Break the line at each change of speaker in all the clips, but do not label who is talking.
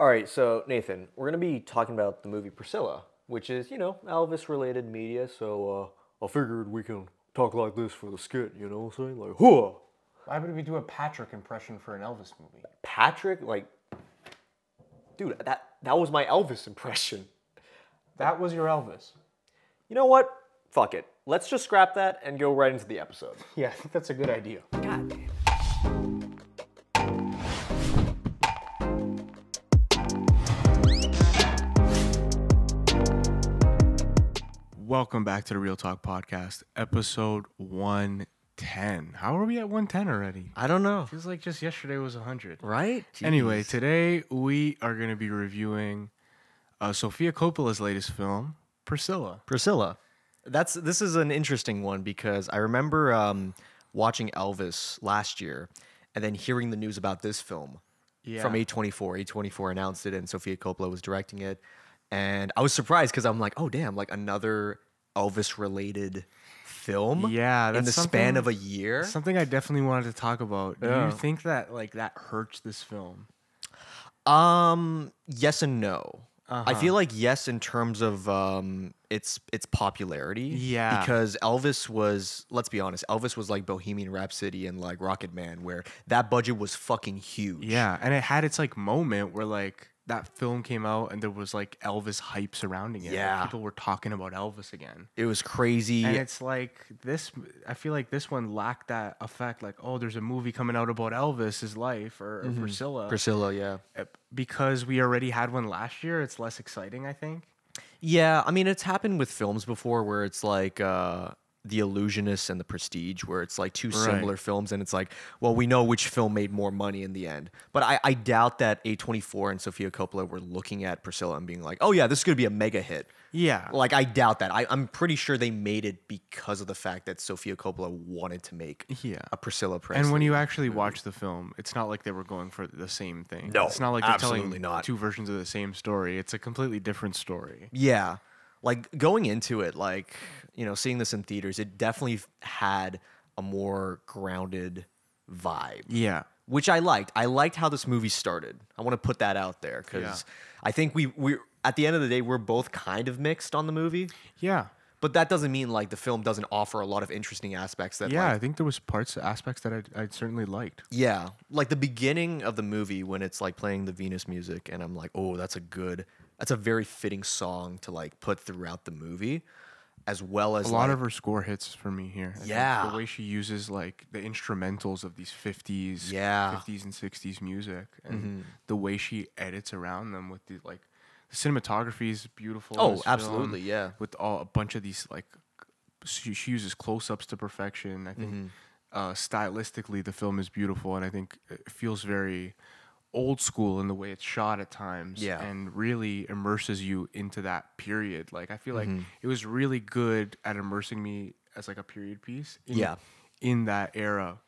All right, so Nathan, we're gonna be talking about the movie Priscilla, which is you know Elvis-related media. So uh, I figured we can talk like this for the skit. You know what I'm saying? Like, whoa,
Why would we do a Patrick impression for an Elvis movie?
Patrick, like, dude, that that was my Elvis impression.
That was your Elvis.
You know what? Fuck it. Let's just scrap that and go right into the episode.
Yeah, I think that's a good idea.
God damn.
Welcome back to the Real Talk Podcast, episode 110. How are we at 110 already?
I don't know.
Feels like just yesterday was 100.
Right?
Anyway, today we are going to be reviewing uh, Sofia Coppola's latest film, Priscilla.
Priscilla. That's this is an interesting one because I remember um, watching Elvis last year, and then hearing the news about this film from
Yeah.
A24. A24 announced it, and Sofia Coppola was directing it, and I was surprised because I'm like, oh damn, like another Elvis related film.
Yeah,
in
that's
the span
something-
of a year.
Something I definitely wanted to talk about.
Yeah.
Do you think that like that hurts this film?
Um, yes and no.
Uh-huh.
I feel like yes in terms of um its its popularity.
Yeah.
Because Elvis was, let's be honest, Elvis was like Bohemian Rhapsody and like Rocket Man, where that budget was fucking huge.
Yeah, and it had its like moment where like that film came out and there was like Elvis hype surrounding it. Like,
Yeah.
people were talking about Elvis again.
It was crazy.
And it's like this. I feel like this one lacked that effect. Like, oh, there's a movie coming out about Elvis, his life, or, or Priscilla.
Priscilla, yeah.
Uh, because we already had one last year, it's less exciting. I think.
Yeah, I mean it's happened with films before where it's like uh the illusionist and the prestige where it's like two similar films and it's like well we know which film made more money in the end but I, I doubt that a24 and sofia coppola were looking at priscilla and being like oh yeah this is going to be a mega hit
Yeah.
like i doubt that I, i'm pretty sure they made it because of the fact that sofia coppola wanted to make
Yeah.
a priscilla Presley.
And when you actually watch the film, it's not like they were going for the same thing.
No,
it's not like they're
absolutely
telling
not.
two versions of the same story. It's a completely different story.
Yeah. Like going into it, like, you know, seeing this in theaters, it definitely f- had a more grounded vibe,
Yeah.
which I liked. I liked how this movie started. I want to put that out there because I think we, we, at the end of the day, we're both kind of mixed on the movie,
Yeah.
but that doesn't mean like the film doesn't offer a lot of interesting aspects that,
Yeah,
like,
I think there was parts, aspects that I, I certainly liked.
Yeah, like the beginning of the movie when it's like playing the Venus music, and I'm like, oh, that's a good, that's a very fitting song to like put throughout the movie, as well as
A lot
like,
of her score hits for me here. I think
Yeah.
the way she uses like the instrumentals of these fifties,
Yeah. Mm-hmm.
fifties and sixties music, and the way she edits around them with the like the cinematography is beautiful. in
Oh,
this film,
absolutely, yeah.
With all a bunch of these like, she, she uses close ups to perfection. I think
Mm-hmm.
uh, stylistically the film is beautiful, and I think it feels very old school in the way it's shot at times
Yeah.
and really immerses you into that period. Like I feel like
Mm-hmm.
it was really good at immersing me as like a period piece. In,
Yeah.
In that era.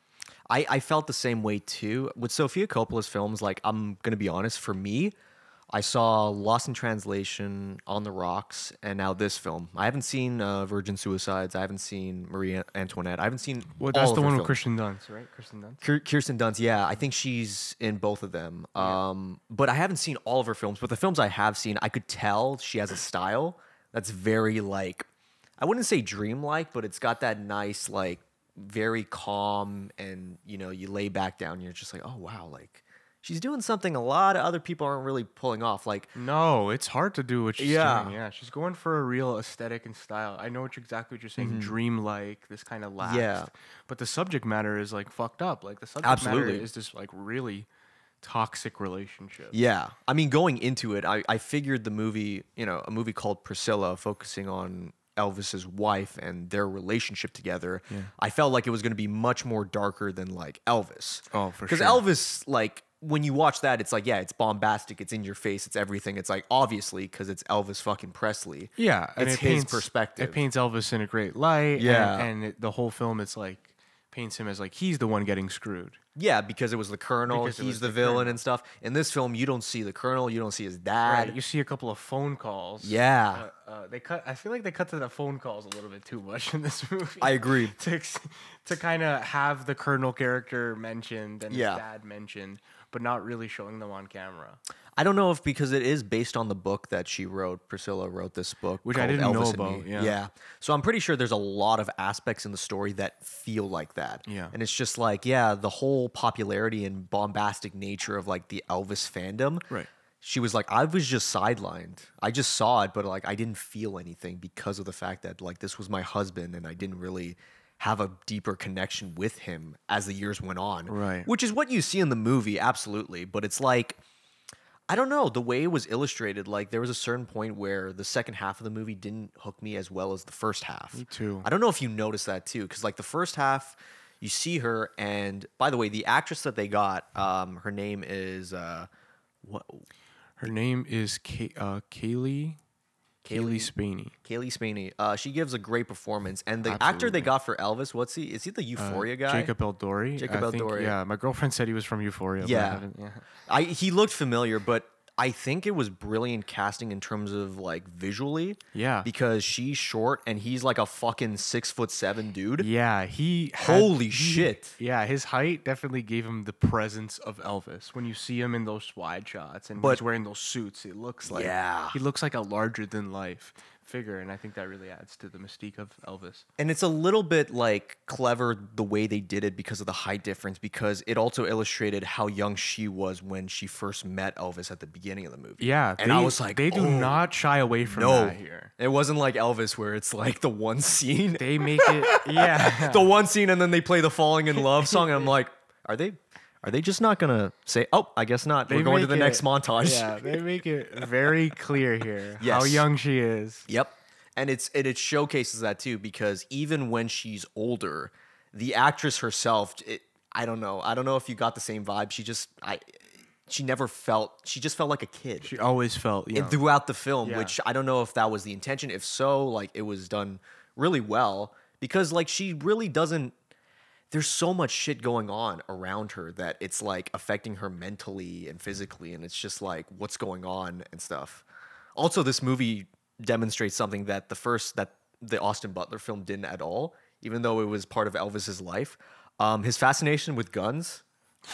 I, I felt the same way too with Sofia Coppola's films. Like, I'm gonna be honest, for me, I saw Lost in Translation, On the Rocks, and now this film. I haven't seen uh, Virgin Suicides. I haven't seen Marie Antoinette. I haven't seen.
Well, that's
all
the
of her
one with
films.
Christian Dunst, right? Christian Dunst.
Kir- Kirsten Dunst, yeah, I think she's in both of them. Um, but I haven't seen all of her films. But the films I have seen, I could tell she has a style that's very like, I wouldn't say dreamlike, but it's got that nice like, very calm, and you know, you lay back down, you're just like, oh wow, like she's doing something a lot of other people aren't really pulling off. Like,
No, it's hard to do what she's
Yeah.
doing. Yeah, she's going for a real aesthetic and style. I know what you're, exactly what you're saying. Dreamlike, this kind of last.
Mm-hmm. Yeah.
But the subject matter is like fucked up. Like the subject
Absolutely.
matter is this like really toxic relationship.
Yeah. I mean, going into it, I, I figured the movie, you know, a movie called Priscilla, focusing on Elvis's wife and their relationship together, I felt like it was going to be much more darker than like Elvis.
Oh, for
Because
sure.
Elvis, like, when you watch that, it's like, yeah, it's bombastic, it's in your face, it's everything. It's like, obviously, because it's Elvis fucking Presley.
Yeah,
It's his perspective.
It paints Elvis in a great light. and-
Yeah.
and, it, the whole film, it's like paints him as like he's the one getting screwed.
Yeah, because it was the Colonel,
Because it
he's
was
the,
the
villain
Colonel.
and stuff. In this film, you don't see the Colonel, you don't see his dad.
Right, you see a couple of phone calls.
Yeah.
uh, uh, they cut. I feel like they cut to the phone calls a little bit too much in this movie.
I agree.
to ex- to kind of have the Colonel character mentioned and
Yeah.
his dad mentioned, but not really showing them on camera.
I don't know if because it is based on the book that she wrote. Priscilla wrote this book,
Which I
called
didn't know
Elvis and
about,
Me.
yeah.
so I'm pretty sure there's a lot of aspects in the story that feel like that.
Yeah.
and it's just like, yeah, the whole popularity and bombastic nature of like the Elvis fandom.
Right.
She was like, I was just sidelined. I just saw it, but like I didn't feel anything because of the fact that like this was my husband, and I didn't really have a deeper connection with him as the years went on.
Right.
Which is what you see in the movie, absolutely. But it's like. I don't know the way it was illustrated. Like there was a certain point where the second half of the movie didn't hook me as well as the first half. Me
too.
I don't know if you noticed that too, because like the first half, you see her, and by the way, the actress that they got, um, her name is uh, what
Her name is Kay- uh, Kaylee. Kaylee Spaney.
Kaylee Spaney. Uh, she gives a great performance, and the actor they got for Elvis, what's he? Is he the Euphoria guy?
Uh, Jacob Eldori.
Jacob
I think-
El Dori.
Yeah, my girlfriend said he was from Euphoria. but I
Yeah.
haven't- yeah.
I he looked familiar, but I think it was brilliant casting in terms of like visually.
Yeah.
Because she's short and he's like a fucking six foot seven dude.
Yeah, he had-
Holy
he-
shit.
Yeah, his height definitely gave him the presence of Elvis. When you see him in those wide shots and when he's
But-
wearing those suits, it looks like
Yeah.
he looks like a larger than life figure, and I think that really adds to the mystique of Elvis.
And it's a little bit like clever the way they did it because of the height difference, because it also illustrated how young she was when she first met Elvis at the beginning of the movie.
Yeah,
And I was like,
they do
"Oh,
not shy away from
No,
that here.
it wasn't like Elvis where it's like the one scene,
They make it, yeah,
the one scene, and then they play the "Falling in Love" song, and I'm like, are they, are they just not gonna say? Oh, I guess not.
They
We're going to
make
the next
it-
montage.
Yeah, they make it very clear here how
Yes.
young she is.
Yep. And it's and it showcases that too because even when she's older, the actress herself, it, I don't know, I don't know if you got the same vibe. She just I, she never felt. She just felt like a kid
She always felt young.
and throughout the film,
Yeah.
which I don't know if that was the intention. If so, like it was done really well because like she really doesn't. There's so much shit going on around her that it's like affecting her mentally and physically, and it's just like what's going on and stuff. Also, this movie demonstrates something that the first that the Austin Butler film didn't at all, even though it was part of Elvis's life. Um, his fascination with guns.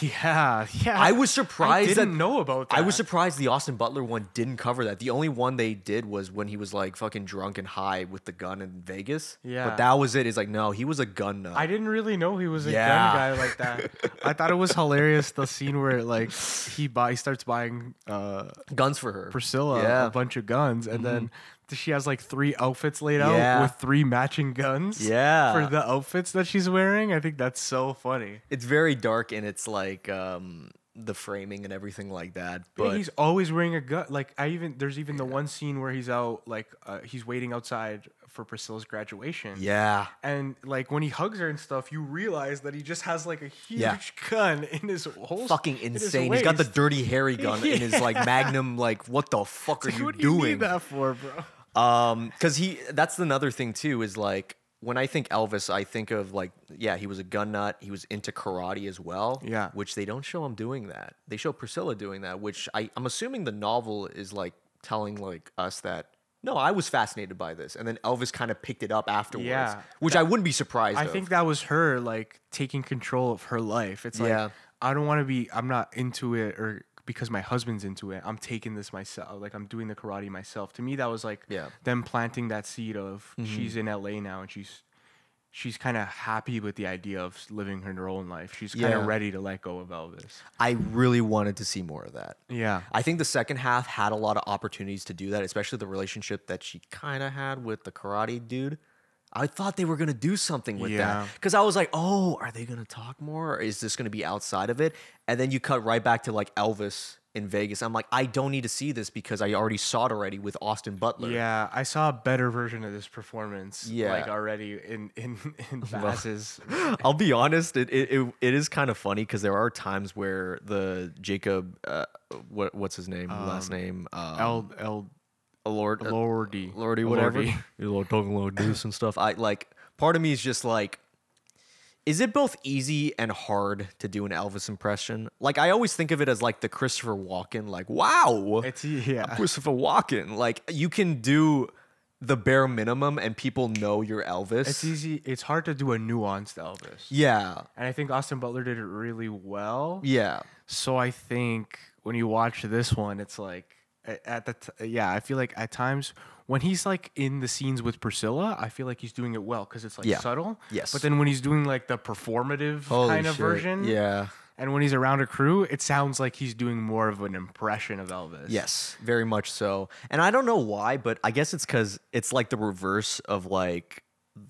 yeah, yeah.
I was surprised
didn't
that-
know about that.
I was surprised the Austin Butler one didn't cover that. The only one they did was when he was like fucking drunk and high with the gun in Vegas.
Yeah.
But that was it. It's like, no, he was a gun nut.
I didn't really know he was a
Yeah.
gun guy like that. I thought it was hilarious the scene where like he buy he starts buying uh,
Guns for her.
Priscilla
Yeah. Mm-hmm.
a bunch of guns, and then she has like three outfits laid out
Yeah.
with three matching guns.
Yeah.
for the outfits that she's wearing, I think that's so funny.
It's very dark and it's like um, the framing and everything like that.
But
But
he's always wearing a gun. Like I even there's even the one scene where he's out like uh, he's waiting outside for Priscilla's graduation.
yeah.
And like when he hugs her and stuff, you realize that he just has like a huge
Yeah.
gun in his whole
Fucking insane. He's got the dirty hairy gun in his like magnum, like, what the fuck are you
what do
doing?
you need that for, bro?
um because he that's another thing too is like when i think elvis i think of like yeah he was a gun nut he was into karate as well
Yeah.
which they don't show him doing that they show priscilla doing that which I, i'm assuming the novel is like telling like us that no i was fascinated by this and then elvis kind of picked it up afterwards
Yeah.
which i wouldn't be surprised
I
of.
think that was her like taking control of her life. It's like
Yeah.
I don't want to be. I'm not into it or because my husband's into it. I'm taking this myself. Like I'm doing the karate myself. To me, that was like
Yeah. Mm-hmm.
them planting that seed of she's in LA now and she's she's kind of happy with the idea of living her own life. She's kind of
Yeah.
ready to let go of Elvis.
i really wanted to see more of that
Yeah.
I think the second half had a lot of opportunities to do that, especially the relationship that she kind of had with the karate dude. I thought they were going to do something with
Yeah.
that because I was like, oh, are they going to talk more? Or is this going to be outside of it? And then you cut right back to like Elvis in Vegas. I'm like, I don't need to see this because I already saw it already with Austin Butler.
Yeah, I saw a better version of this performance.
Yeah.
like already in in in Bass's.
I'll be honest, it it, it, it is kind of funny because there are times where the Jacob, uh, what what's his name, last name, um,
El El
Lord,
Lordy.
Lordy, whatever.
Lordy.
You're like talking like this and stuff. I like part of me is just like, is it both easy and hard to do an Elvis impression? Like I always think of it as like the Christopher Walken, like wow,
It's e, yeah.
Christopher Walken. Like you can do the bare minimum and people know you're Elvis.
It's easy. It's hard to do a nuanced Elvis.
yeah,
And I think Austin Butler did it really well.
yeah.
So I think when you watch this one, it's like a- at the t- yeah, I feel like at times when he's like in the scenes with Priscilla, I feel like he's doing it well because it's like
Yeah.
subtle.
Yes.
But then when he's doing like the performative
Holy
kind of
shit.
version,
Yeah.
And when he's around a crew, it sounds like he's doing more of an impression of Elvis.
Yes, very much so. And I don't know why, but I guess it's because it's like the reverse of like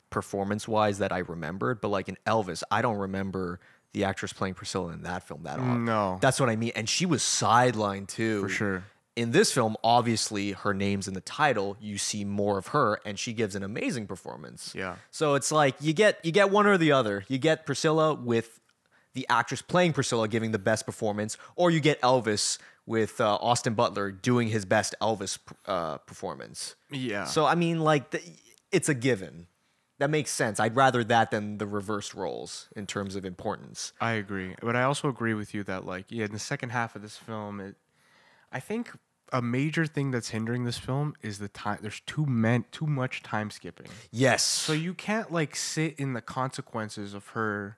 performance wise that I remembered. But like in Elvis, I don't remember the actress playing Priscilla in that film that often.
No.
That's what I mean. And she was sidelined too. Mm. For
sure.
In this film, obviously, her name's in the title. You see more of her, and she gives an amazing performance.
Yeah.
So it's like you get you get one or the other. You get Priscilla with the actress playing Priscilla giving the best performance, or you get Elvis with uh, Austin Butler doing his best Elvis uh, performance.
Yeah.
So I mean, like, the, it's a given. That makes sense. I'd rather that than the reverse roles in terms of importance.
I agree, but I also agree with you that like yeah, in the second half of this film, it, I think a major thing that's hindering this film is the time. There's too meant too much time skipping,
Yes.
so you can't like sit in the consequences of her.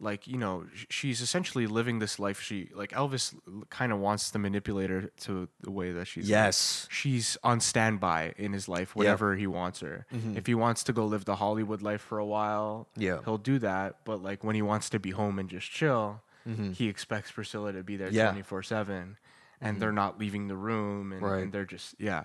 Like you know, sh- she's essentially living this life. She like Elvis kind of wants to manipulate her to the way that she's. like,
Yes.
she's on standby in his life whenever he wants her. If he wants to go live the Hollywood life for a while,
Mm-hmm. Yeah.
he'll do that. But like when he wants to be home and just chill, he expects Priscilla to be there
Mm-hmm. Yeah.
twenty four seven, and they're not leaving the room, and,
Mm-hmm. Right.
and they're just yeah.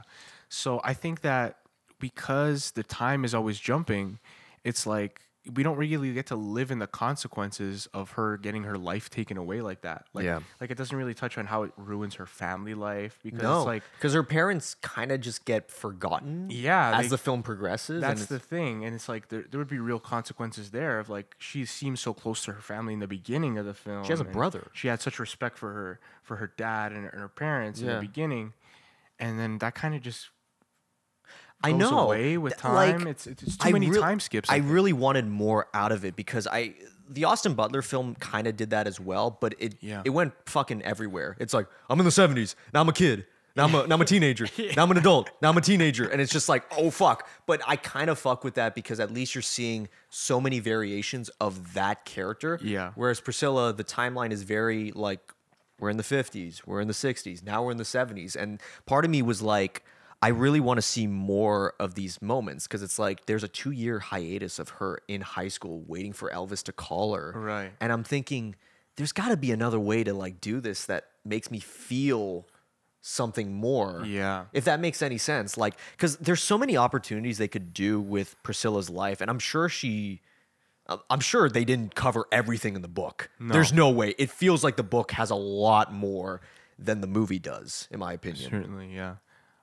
So I think that because the time is always jumping, it's like we don't really get to live in the consequences of her getting her life taken away like that. Like,
Yeah.
like it doesn't really touch on how it ruins her family life because
No,
it's like
because her parents kind of just get forgotten.
Yeah,
as
they-
the film progresses.
That's
and
the thing, and it's like there, there would be real consequences there. Of like she seems so close to her family in the beginning of the film.
has a
and
brother.
She had such respect for her for her dad and her, and her parents in
Yeah.
the beginning, and then that kind of just
I
goes
know
away with
th- like,
time. it's, it's it's too many
real-
time skips.
I
think.
really wanted more out of it because I the Austin Butler film kind of did that as well, but it
Yeah.
it went fucking everywhere. It's like I'm in the 70s, now I'm a kid. Now I'm, a, now I'm a teenager. Now I'm an adult. Now I'm a teenager. And it's just like, oh, fuck. But I kind of fuck with that because at least you're seeing so many variations of that character.
Yeah.
Whereas Priscilla, the timeline is very like we're in the 50s, we're in the 60s, now we're in the 70s. And part of me was like, I really want to see more of these moments because it's like there's a two year hiatus of her in high school waiting for Elvis to call her.
Right.
And I'm thinking, there's got to be another way to like do this that makes me feel something more.
Yeah.
If that makes any sense. Like, because there's so many opportunities they could do with Priscilla's life. And I'm sure she, I- Uh, I'm sure they didn't cover everything in the book. There's no way. It feels like the book has a lot more than the movie does, in my opinion.
Certainly, yeah.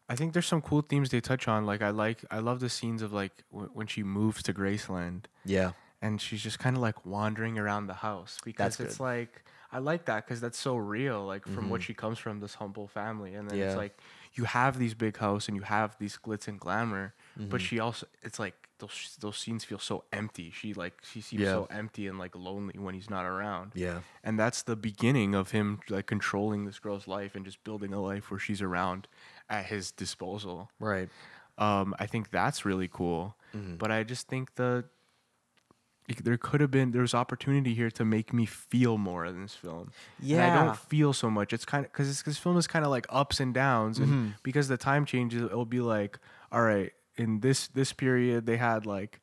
I think there's some cool themes they touch on. Like I like I love the scenes of like w- when she moves to Graceland.
Yeah.
and she's just kind of like wandering around the house because it's like I like that because that's so real, like from what she comes from, this humble family, and
Mm-hmm.
then
Yeah.
it's like you have these big house and you have these glitz and glamour,
Mm-hmm.
but she also it's like those those scenes feel so empty. She like she seems
Yeah.
so empty and like lonely when he's not around.
Yeah.
and that's the beginning of him like controlling this girl's life and just building a life where she's around at his disposal.
Right.
Um, I think that's really cool.
Mm-hmm.
But I just think the it- there could have been there was opportunity here to make me feel more in this film. and I
Yeah.
don't feel so much. It's kind of because this film is kind of like ups and downs,
Mm-hmm.
and because the time changes, it'll be like, all right, in this this period they had like.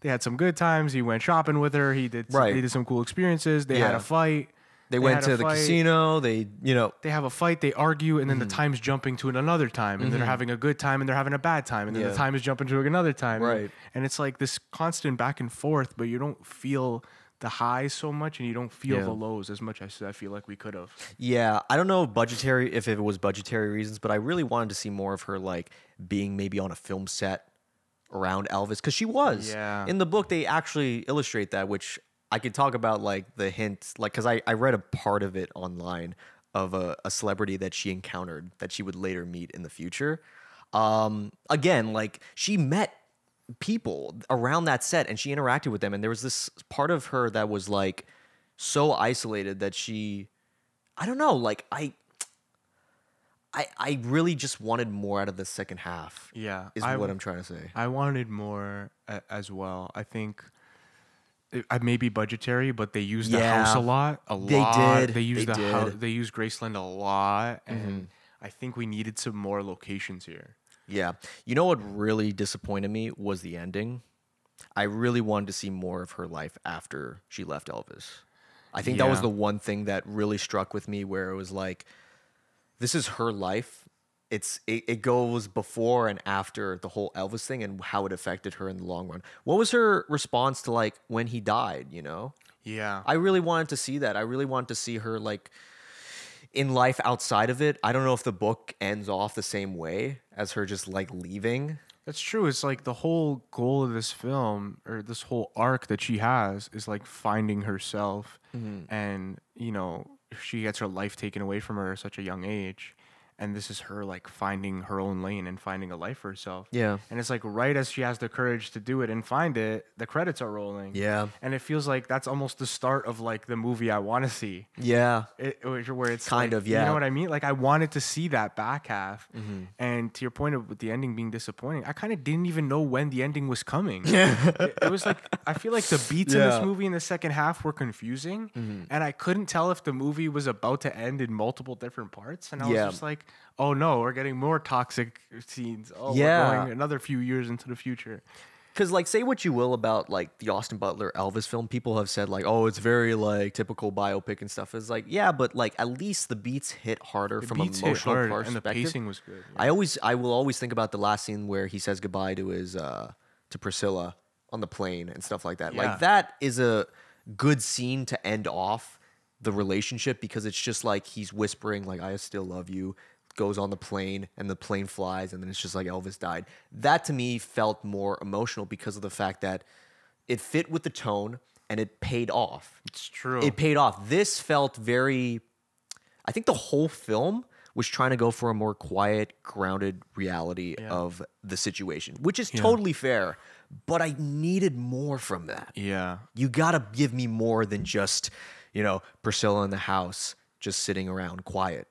They had some good times. He went shopping with her. He did.
Right.
They did some cool experiences. They had
Yeah.
a fight.
They, went
had a
to the
fight
casino. They, you know,
they have a fight, they argue, and then
Mm.
the time's jumping to an- another time, and they're having a good time, and they're having a bad time, and then
Mm-hmm. Yeah.
the time is jumping to another time. and-
Right.
And it's like this constant back and forth, but you don't feel the highs so much, and you don't feel
Yeah.
the lows as much as I feel like we could have.
Yeah, I don't know budgetary if it was budgetary reasons, but I really wanted to see more of her like being maybe on a film set around Elvis because she was.
Yeah.
In the book, they actually illustrate that, which I could talk about like the hint, like because I I read a part of it online of a, a celebrity that she encountered that she would later meet in the future. Um, again, like she met people around that set and she interacted with them and there was this part of her that was like so isolated that she I don't know. Like I, I, I really just wanted more out of the second half.
Yeah.
is
I-
what I'm trying to say.
I wanted more a- as well. I think it, I may be budgetary, but they used the
Yeah.
house a lot. A
They
lot.
did.
They used
They
the house.
did. Mm-hmm.
They used Graceland a lot, and I think we needed some more locations here.
Yeah. You know what really disappointed me was the ending. I really wanted to see more of her life after she left Elvis. I think that was
Yeah.
the one thing that really struck with me where it was like this is her life. It's it, it goes before and after the whole Elvis thing and how it affected her in the long run. What was her response to like when he died, you know?
Yeah.
I really wanted to see that. I really wanted to see her like in life outside of it. I don't know if the book ends off the same way as her just like leaving.
That's true. It's like the whole goal of this film or this whole arc that she has is like finding herself
Mm-hmm.
and you know, she gets her life taken away from her at such a young age and this is her like finding her own lane and finding a life for herself.
Yeah.
And it's like right as she has the courage to do it and find it, the credits are rolling.
Yeah.
And it feels like that's almost the start of like the movie I want to see
Yeah.
it, which- where it's
Kind
like-
of,
You
yeah. Mm-hmm.
know what I mean? Like I wanted to see that back half, and to your point of with the ending being disappointing, I kind of didn't even know when the ending was coming. it, it was like I feel like the beats in this
Yeah. Mm-hmm.
movie in the second half were confusing, and I couldn't tell if the movie was about to end in multiple different parts, and I
Yeah.
was just like, oh no, we're getting more toxic scenes. Oh,
Yeah.
we're going another few years into the future.
Cause like say what you will about like the Austin Butler Elvis film, people have said like, oh, it's very like typical biopic and stuff. It's like, yeah, but like at least the beats hit harder
The
from
beats
an
hit
emotional
hard, and the
perspective.
pacing was good.
I always I will always think about the last scene where he says goodbye to his uh to Priscilla on the plane and stuff like that.
Yeah.
Like that is a good scene to end off the relationship because it's just like he's whispering like I still love you goes on the plane and the plane flies and then it's just like Elvis died. That to me felt more emotional because of the fact that it fit with the tone and it paid off
It's true.
it paid off. This felt very. I think the whole film was trying to go for a more quiet, grounded reality of the situation, which is totally fair. But I needed more from that.
yeah.
You gotta give me more than just, you know, Priscilla in the house just sitting around quiet.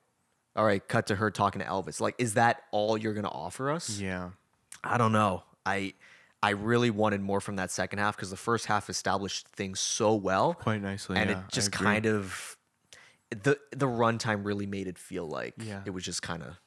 All right, cut to her talking to Elvis. Like, is that all you're gonna offer us?
Yeah.
I don't know. I I really wanted more from that second half because the first half established things so well,
Quite nicely,
and
yeah, I
it just
agree.
kind of the the runtime really made it feel like
Yeah.
it was just kind of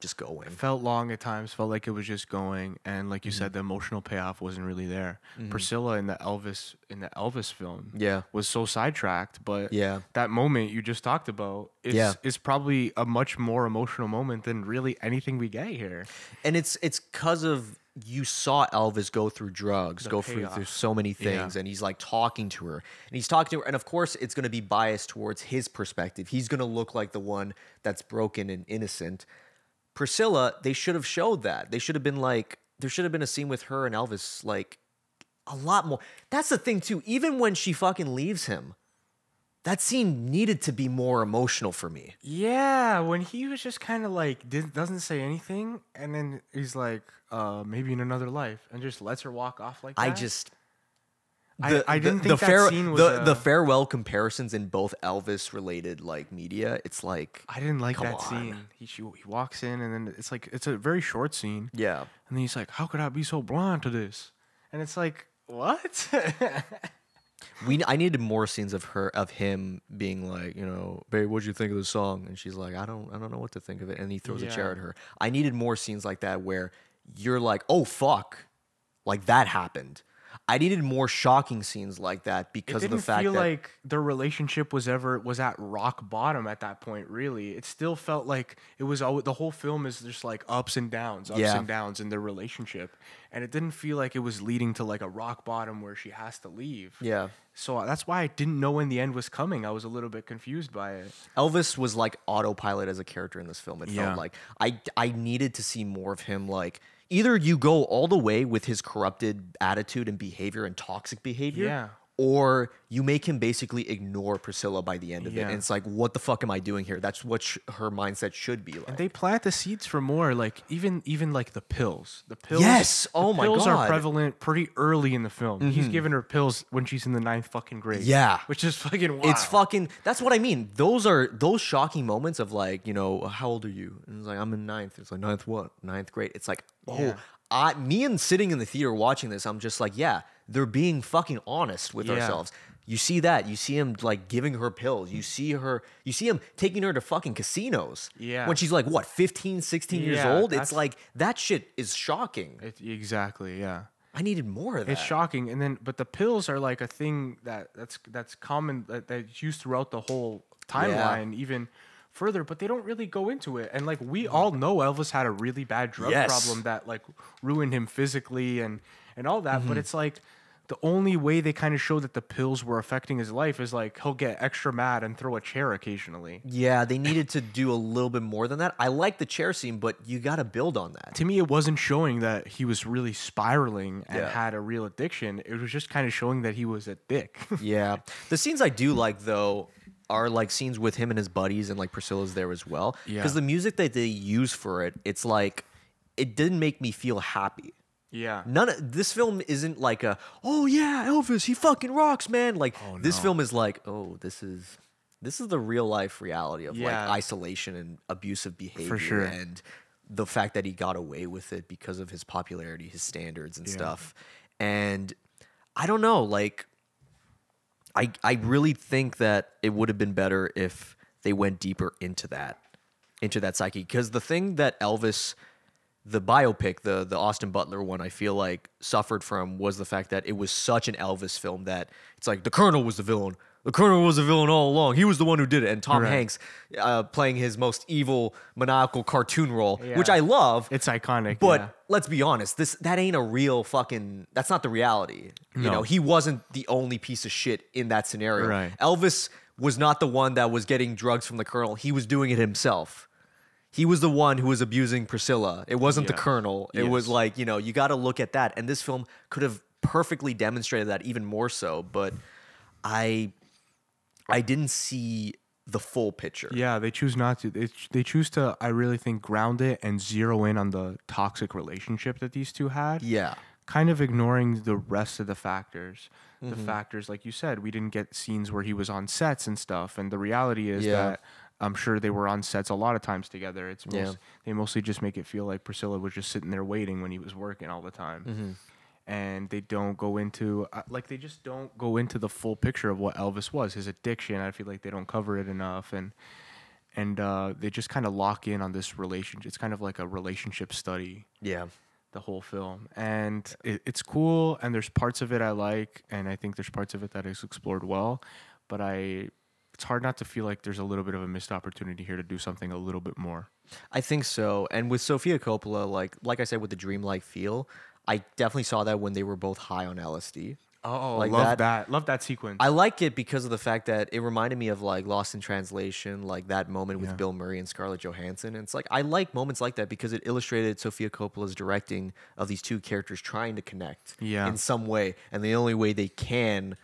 just going.
felt long at times felt like it was just going and like you said the emotional payoff wasn't really there priscilla in the elvis in the elvis film
Yeah.
was so sidetracked but
Yeah.
that moment you just talked about is,
Yeah.
is probably a much more emotional moment than really anything we get here
And it's it's because of you saw Elvis go through drugs, go through
payoff.
through so many things, and he's like talking to her, and he's talking to her, and of course it's going to be biased towards his perspective. He's going to look like the one that's broken and innocent. Priscilla, they should have showed that. They should have been like, there should have been a scene with her and Elvis, like a lot more. That's the thing too. Even when she fucking leaves him, that scene needed to be more emotional for me.
yeah when he was just kind of like did, doesn't say anything and then he's like uh, maybe in another life and just lets her walk off like that
I just
I- I didn't think that scene was
the, the
a-
farewell comparisons in both Elvis related like media. It's like
I didn't like
Come
that
on.
scene. He, she, he walks in, and then it's like it's a very short scene.
yeah,
And then he's like, "How could I be so blind to this?" And it's like, "What?"
we I needed more scenes of her of him being like you know babe what'd you think of the song and she's like I don't I don't know what to think of it and he throws a chair
Yeah.
at her. I needed more scenes like that where you're like oh fuck like that happened. I needed more shocking scenes like that
it
because of
didn't
the fact
feel
that
like their relationship was ever was at rock bottom at that point. Really, it still felt like it was all the whole film is just like ups and downs, ups
Yeah.
and downs in their relationship, and it didn't feel like it was leading to like a rock bottom where she has to leave.
yeah
So uh, that's why I didn't know when the end was coming. I was a little bit confused by it.
Elvis was like autopilot as a character in this film. It
Yeah.
felt like I I needed to see more of him. Like either you go all the way with his corrupted attitude and behavior and toxic behavior,
Yeah.
or you make him basically ignore Priscilla by the end of it.
Yeah.
And it's like, what the fuck am I doing here? That's what sh- her mindset should be like.
they plant the seeds for more like even even like the pills the pills
Yes!
the
Oh my
pills
God. Mm-hmm.
are prevalent pretty early in the film he's giving her pills when she's in the ninth fucking grade
Yeah.
which is fucking wild.
It's fucking. That's what I mean. Those are those shocking moments of like, you know, how old are you? And it's like, I'm in ninth. It's like ninth what? Ninth grade. It's like, oh, I, me and sitting in the theater watching this, I'm just like, yeah, they're being fucking honest with
Yeah.
ourselves. You see that. You see him like giving her pills. You see her. You see him taking her to fucking casinos.
Yeah.
When she's like what 15, 16 years
Yeah,
old,
that's-
it's like that shit is shocking.
It, exactly. Yeah.
I needed more of that.
It's shocking, and then but the pills are like a thing that that's that's common that that's used throughout the whole timeline, even further. But they don't really go into it, and like we all know, Elvis had a really bad drug
Yes.
problem that like ruined him physically and and all that.
Mm-hmm.
But it's like the only way they kind of show that the pills were affecting his life is like he'll get extra mad and throw a chair occasionally.
Yeah, they needed to do a little bit more than that. I like the chair scene, but you got to build on that.
to me it wasn't showing that he was really spiraling and
Yeah.
had a real addiction it was just kind of showing that he was a dick
Yeah. The scenes I do like though are like scenes with him and his buddies and like Priscilla's there as well.
Yeah.
Because the music that they use for it, it's like it didn't make me feel happy.
yeah
None of this film isn't like a oh yeah, Elvis, he fucking rocks, man. Like this film is like, oh, this is this is the real life reality of
Yeah.
like isolation and abusive behavior
sure.
and the fact that he got away with it because of his popularity, his standards and stuff. And I don't know, like I I really think that it would have been better if they went deeper into that into that psyche because the thing that Elvis the biopic the the Austin Butler one I feel like suffered from was the fact that it was such an Elvis film that it's like the colonel was the villain the colonel was the villain all along he was the one who did it and Tom Hanks uh, playing his most evil maniacal cartoon role which
Yeah.
I love
it's iconic
but
yeah.
let's be honest, this that ain't a real fucking. That's not the reality. You know, he wasn't the only piece of shit in that scenario.
Right.
Elvis was not the one that was getting drugs from the colonel. He was doing it himself. He was the one who was abusing Priscilla. It wasn't the colonel. It was like you know, you got to look at that. And this film could have perfectly demonstrated that even more so. But I, I didn't see the full picture.
yeah they choose not to they, ch- they choose to i really think ground it and zero in on the toxic relationship that these two had
Yeah.
kind of ignoring the rest of the factors the
Mm-hmm.
factors like you said we didn't get scenes where he was on sets and stuff and the reality is
Yeah.
that i'm sure they were on sets a lot of times together it's most,
Yeah.
they mostly just make it feel like priscilla was just sitting there waiting when he was working all the time
Mm-hmm.
and they don't go into uh, like they just don't go into the full picture of what elvis was his addiction i feel like they don't cover it enough and and uh, they just kind of lock in on this relationship it's kind of like a relationship study
Yeah.
the whole film and it, it's cool and there's parts of it i like and i think there's parts of it that is explored well but i it's hard not to feel like there's a little bit of a missed opportunity here to do something a little bit more
I think so. And with Sofia Coppola, like like I said, with the dreamlike feel, I definitely saw that when they were both high on LSD.
oh
Like
love
that-
that. love that sequence
I like it because of the fact that it reminded me of like Lost in Translation, like that moment with Bill Murray and Scarlett Johansson. And it's like I like moments like that because it illustrated Sofia Coppola's directing of these two characters trying to connect
Yeah.
in some way, and the only way they can.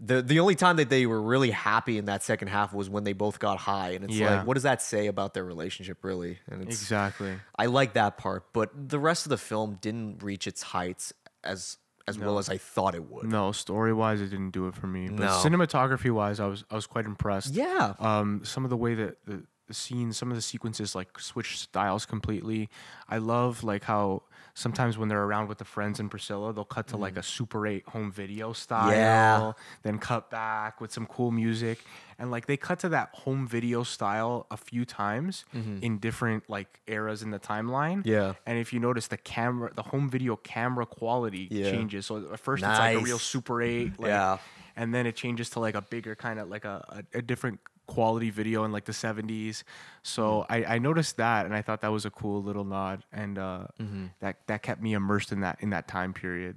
The, the only time that they were really happy in that second half was when they both got high and it's
Yeah.
like what does that say about their relationship really and it's
exactly
I like that part, but the rest of the film didn't reach its heights as as well as I thought it would.
no story wise it didn't do it for me but
No.
cinematography wise i was i was quite impressed
Yeah.
um, some of the way that the, the scenes, some of the sequences like switch styles completely. I love like how sometimes when they're around with the friends and Priscilla, they'll cut to like
Mm.
a Super 8 home video style, then cut back with some cool music. And like they cut to that home video style a few times in different like eras in the timeline.
Mm-hmm. Yeah.
And if you notice the camera, the home video camera quality
Yeah.
changes. So at first it's like a real
Nice.
Super 8. Like,
Yeah.
and then it changes to like a bigger kind of like a, a, a different quality video in like the 70s so I, I noticed that and i thought that was a cool little nod and uh, that that kept me immersed in that in that time period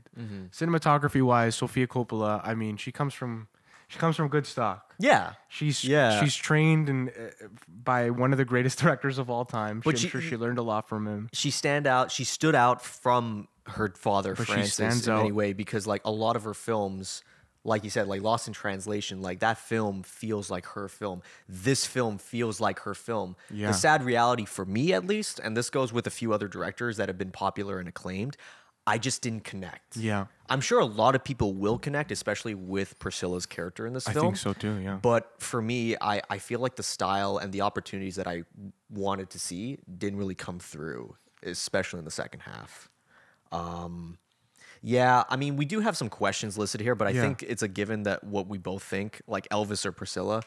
cinematography wise sofia coppola i mean she comes from she comes from good stock
Yeah.
she's
Yeah.
she's trained and uh, by one of the greatest directors of all time
But she-
she, i'm sure she learned a lot from him
She stand out. She stood out from her father
she
Francis
stands
in any
out.
way because like a lot of her films, like you said, like Lost in Translation, like that film feels like her film. This film feels like her film.
Yeah.
The sad reality for me at least, and this goes with a few other directors that have been popular and acclaimed, I just didn't connect.
Yeah.
I'm sure a lot of people will connect, especially with Priscilla's character in this
I
film.
think so too, yeah.
But for me, I, I feel like the style and the opportunities that I wanted to see didn't really come through, especially in the second half. Um, Yeah, I mean, we do have some questions listed here, but I
Yeah.
think it's a given that what we both think, like Elvis or Priscilla,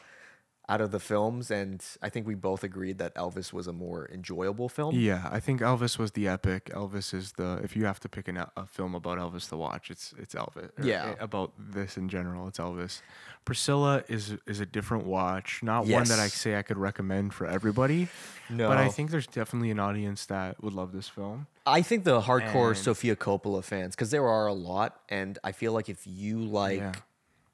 out of the films, and I think we both agreed that Elvis was a more enjoyable film.
Yeah, I think Elvis was the epic. Elvis is the if you have to pick an, el- a film about Elvis to watch, it's it's Elvis. or
Yeah.
a- about this in general, it's Elvis. Priscilla is is a different watch, not one that I
Yes.
say I could recommend for everybody. But I
No.
think there's definitely an audience that would love this film.
I think the hardcore
And-
Sofia Coppola fans, because there are a lot, and I feel like if you like,
Yeah.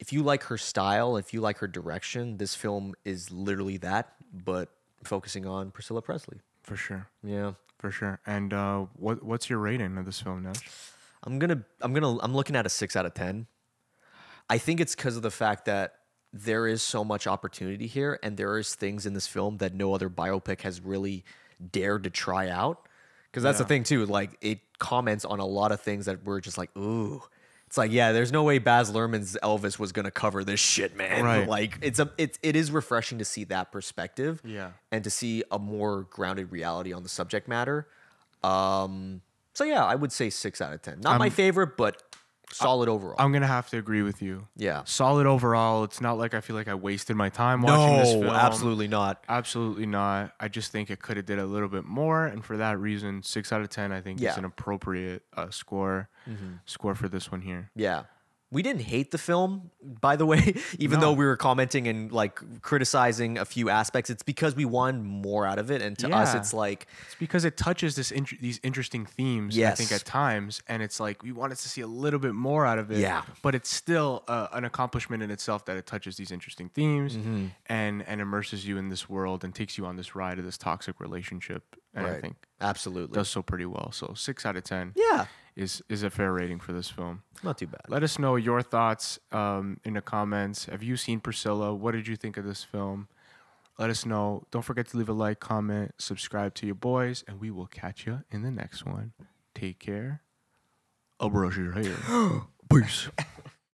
if you like her style, if you like her direction, this film is literally that, but focusing on Priscilla Presley.
For sure.
Yeah,
For sure. And uh, what what's your rating of this film, Nudge?
I'm gonna, I'm gonna, I'm looking at a six out of ten. I think it's because of the fact that there is so much opportunity here, and there is things in this film that no other biopic has really dared to try out. Because that's the thing too, like it comments on a lot of things that we're just like, ooh. It's like, yeah, there's no way Baz Luhrmann's Elvis was gonna cover this shit, man.
Right.
Like, it's a, it's, it is refreshing to see that perspective,
Yeah.
and to see a more grounded reality on the subject matter. Um, so yeah, I would say six out of ten. Not my favorite, but solid overall.
I'm gonna have to agree with you.
Yeah.
Solid overall. It's not like I feel like I wasted my time watching this film.
absolutely not.
Absolutely not. I just think it could have did a little bit more, and for that reason, six out of ten. I think
Yeah. Mm-hmm.
is an appropriate uh, score score for this one here.
Yeah. We didn't hate the film, by the way, even though we were commenting and like criticizing a few aspects. It's because we wanted more out of it. And to us,
Yeah.
it's like,
It's because it touches this int- these interesting themes. I think
Yes.
at times, and it's like we wanted to see a little bit more out of it.
Yeah.
but it's still uh, an accomplishment in itself that it touches these interesting themes
Mm-hmm.
and and immerses you in this world and takes you on this ride of this toxic relationship. And I
Right.
think
absolutely.
does so pretty well. So six out of ten.
yeah.
Is, is a fair rating for this film.
Not too bad.
Let us know your thoughts um, in the comments. Have you seen Priscilla? What did you think of this film? Let us know. Don't forget to leave a like, comment, subscribe to your boys, and we will catch you in the next one. Take care. A brush your hair.
Peace.